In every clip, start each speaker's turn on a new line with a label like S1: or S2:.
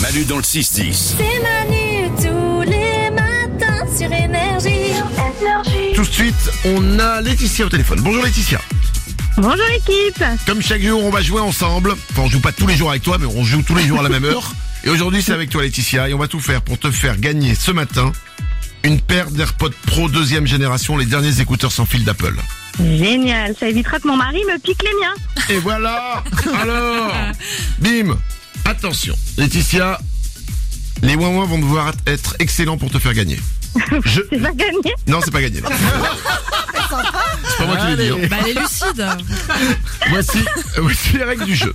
S1: Manu dans le 6-10.
S2: C'est Manu tous les matins sur Énergie.
S3: Tout de suite, on a Laetitia au téléphone. Bonjour Laetitia.
S4: Bonjour l'équipe
S3: Comme chaque jour, on va jouer ensemble. Enfin, on joue pas tous les jours avec toi, mais on joue tous les jours à la même heure. Et aujourd'hui, c'est avec toi Laetitia, et on va tout faire pour te faire gagner ce matin une paire d'AirPods Pro deuxième génération, les derniers écouteurs sans fil d'Apple.
S4: Génial, ça évitera que mon mari me pique les miens.
S3: Et voilà Alors Bim Attention Laetitia, les ouin vont devoir être excellents pour te faire gagner. Je...
S4: C'est pas gagné
S3: Non, c'est pas gagné. là. C'est pas moi qui l'ai dit. hein.
S5: Bah, elle est lucide.
S3: Voici, voici les règles du jeu.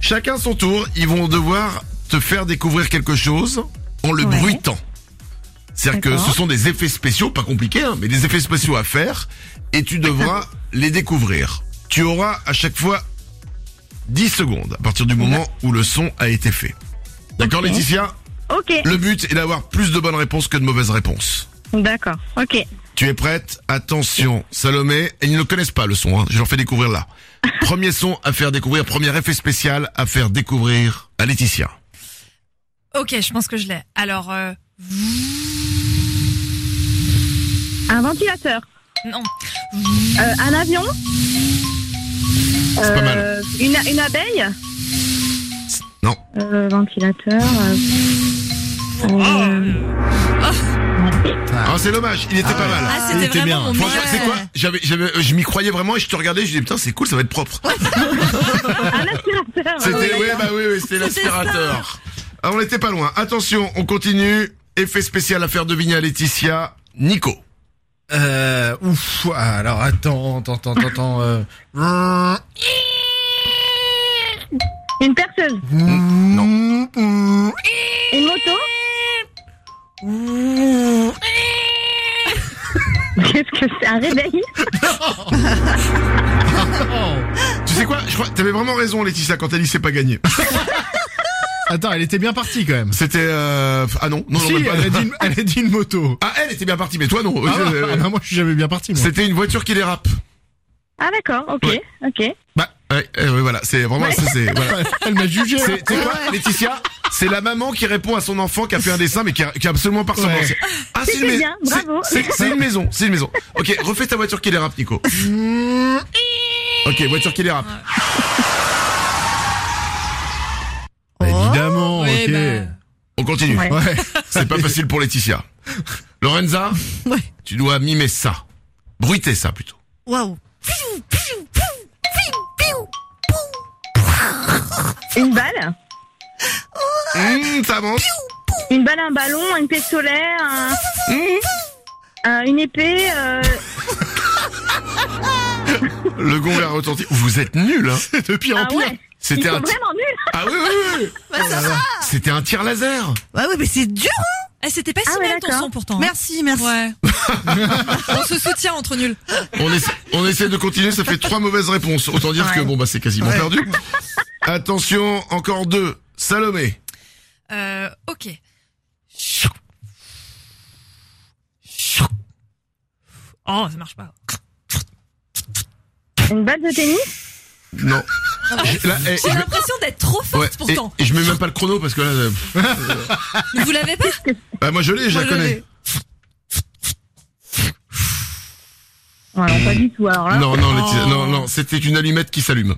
S3: Chacun son tour, ils vont devoir te faire découvrir quelque chose en le
S4: Ouais.
S3: bruitant. C'est-à-dire que
S4: D'accord.
S3: ce sont des effets spéciaux, pas compliqués, hein, mais des effets spéciaux à faire, et tu devras les découvrir. Tu auras à chaque fois 10 secondes à partir du moment où le son a été fait. D'accord
S4: Ok.
S3: Laetitia
S4: Ok,
S3: Le but est d'avoir plus de bonnes réponses que de mauvaises réponses.
S4: d'accord, ok.
S3: Tu es prête Attention, Salomé, ils ne connaissent pas le son, hein. je leur fais découvrir là. Premier son à faire découvrir, premier effet spécial à faire découvrir à Laetitia.
S5: Ok, je pense que je l'ai. Alors, euh,
S4: Un ventilateur,
S5: non.
S4: euh, un avion, Euh,
S3: C'est pas mal.
S4: une, a- une abeille.
S3: Non.
S4: Euh, ventilateur. euh,
S3: Oh.
S4: euh,
S3: Ah, c'est dommage, il était pas mal.
S5: Ah, c'était
S6: était
S5: vraiment
S6: bien.
S5: mon
S3: Franchement,
S5: meilleur.
S3: c'est quoi J'avais, j'avais- euh, je m'y croyais vraiment et je te regardais, je disais putain, c'est cool, ça va être propre.
S4: un aspirateur.
S3: C'était, ouais, bah oui, oui, c'était l'aspirateur. Ah, on était pas loin. Attention, on continue. Effet spécial à faire deviner à Laetitia. Nico.
S6: Euh, ouf, alors attends, attends, attends, attends. euh,
S4: Une perceuse,
S3: Non.
S4: une moto. Qu'est-ce que c'est Un réveil
S3: Tu sais quoi Je crois, t'avais vraiment raison, Laetitia, quand elle dit c'est pas gagné.
S6: Attends, elle était bien partie quand même.
S3: C'était, euh... ah non, non, non,
S6: Si,
S3: même
S6: elle
S3: pas.
S6: a, dit une, elle a dit une moto.
S3: Ah, elle était bien partie, mais toi non.
S6: Ah,
S3: Euh,
S6: ah, non, moi je suis jamais bien parti. Moi.
S3: C'était une voiture qui dérape.
S4: Ah d'accord, ok,
S3: Ouais.
S4: ok.
S3: Bah, ouais, euh, ouais, voilà, c'est vraiment ça, c'est. Voilà.
S6: Elle m'a jugé. hein.
S3: C'est tu sais quoi, Laetitia C'est la maman qui répond à son enfant qui a fait un dessin mais qui a, qui a absolument pas ressemblé.
S6: Ouais.
S3: C'est- Ah, c'est
S4: C'était
S3: une mais-
S4: bien,
S3: c'est-
S4: bravo.
S3: C'est c'est une maison, c'est une maison. Ok, refais ta voiture qui dérape, Nico. Ok, voiture qui dérape.
S6: Bah, Évidemment,
S5: Oui,
S6: ok.
S5: bah.
S3: On continue.
S4: Ouais.
S6: Ouais.
S3: C'est pas facile pour Laetitia. Lorenza,
S5: Ouais.
S3: tu dois mimer ça. Bruiter ça plutôt.
S5: Oh. Waouh.
S4: Une balle
S3: Hum, ça monte.
S4: Une balle, un ballon, une pièce solaire, un-
S3: Mmh.
S4: un- une épée, euh,
S3: Le gong a retenti. Vous êtes nul, hein.
S6: De pire en
S4: ah
S6: pire.
S4: ouais, ils
S3: C'était
S4: sont
S3: un. ti-
S4: vraiment nuls.
S3: Ah oui, oui, oui. C'était un tir laser.
S7: Ouais, ouais, mais c'est dur.
S5: Eh, c'était pas si
S4: Ah ouais,
S5: mal ton
S4: d'accord.
S5: son pourtant. hein.
S7: Merci, merci.
S5: Ouais. On se soutient entre nuls.
S3: On essaie, on essaie de continuer, ça fait trois mauvaises réponses. Autant dire que bon bah c'est quasiment perdu. Attention, encore deux. Salomé.
S5: Euh, ok. Oh, ça marche pas.
S4: Une balle de tennis
S3: Non.
S5: Ah
S3: J'ai- Là, eh,
S5: J'ai
S3: je-
S5: l'impression d'être trop forte
S3: ouais,
S5: pourtant.
S3: et, et je mets même pas le chrono parce que là, euh, pff,
S5: Vous l'avez pas
S3: bah, moi je l'ai, je la
S5: Moi, je
S3: connais.
S5: l'ai.
S4: Ouais, alors pas du tout, alors hein. là.
S3: Non, non, Laetitia,
S5: Oh.
S3: non, non, c'était une allumette qui s'allume.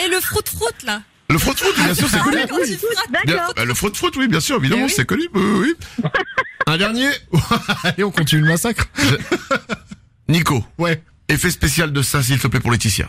S5: Et le froute froute là.
S3: Le frotte froute,
S5: Ah,
S3: bien sûr, c'est connu.
S4: Ah,
S5: Quand il frappe.
S3: Bien,
S4: D'accord.
S3: bah, le frotte frotte, oui, bien sûr, évidemment,
S5: Eh oui.
S3: c'est connu. oui, oui, oui. Un dernier.
S6: Allez, on continue le massacre.
S3: Nico.
S6: Ouais.
S3: Effet spécial de ça, s'il te plaît, pour Laetitia.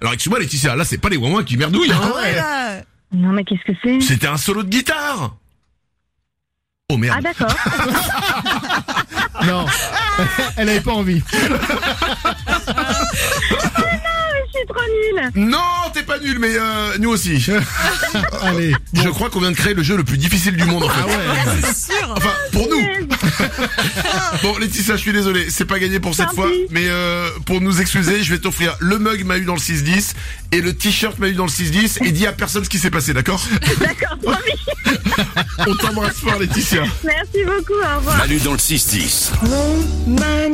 S3: Alors excuse-moi Laetitia, là c'est pas les ouin qui merdouillent. Hein.
S4: Ah
S7: Ouais,
S5: Ah,
S7: là.
S4: Non, mais qu'est-ce que c'est
S3: C'était un solo de guitare. Oh
S4: Ah
S3: merde.
S4: d'accord.
S6: Non. Elle avait pas envie.
S4: Ah, je suis trop nulle.
S3: Non, t'es pas nul, mais euh, nous aussi.
S6: Allez.
S3: Je crois qu'on vient de créer le jeu le plus difficile du
S4: Ah
S3: monde. En fait.
S5: Là, c'est sûr.
S3: Enfin,
S4: Oh,
S3: pour nous.
S4: Punaise.
S3: Bon, Laetitia, je suis désolé, c'est pas gagné pour cette
S4: Tant
S3: fois,
S4: pis.
S3: mais euh, pour nous excuser, je vais t'offrir le mug m'a eu dans le 6-10 et le t-shirt m'a eu dans le 6-10 et dis à personne ce qui s'est passé, d'accord
S4: D'accord, promis.
S3: On t'embrasse fort, Laetitia.
S4: Merci beaucoup, au revoir.
S1: Manu dans le 6-10.
S7: Mon Manu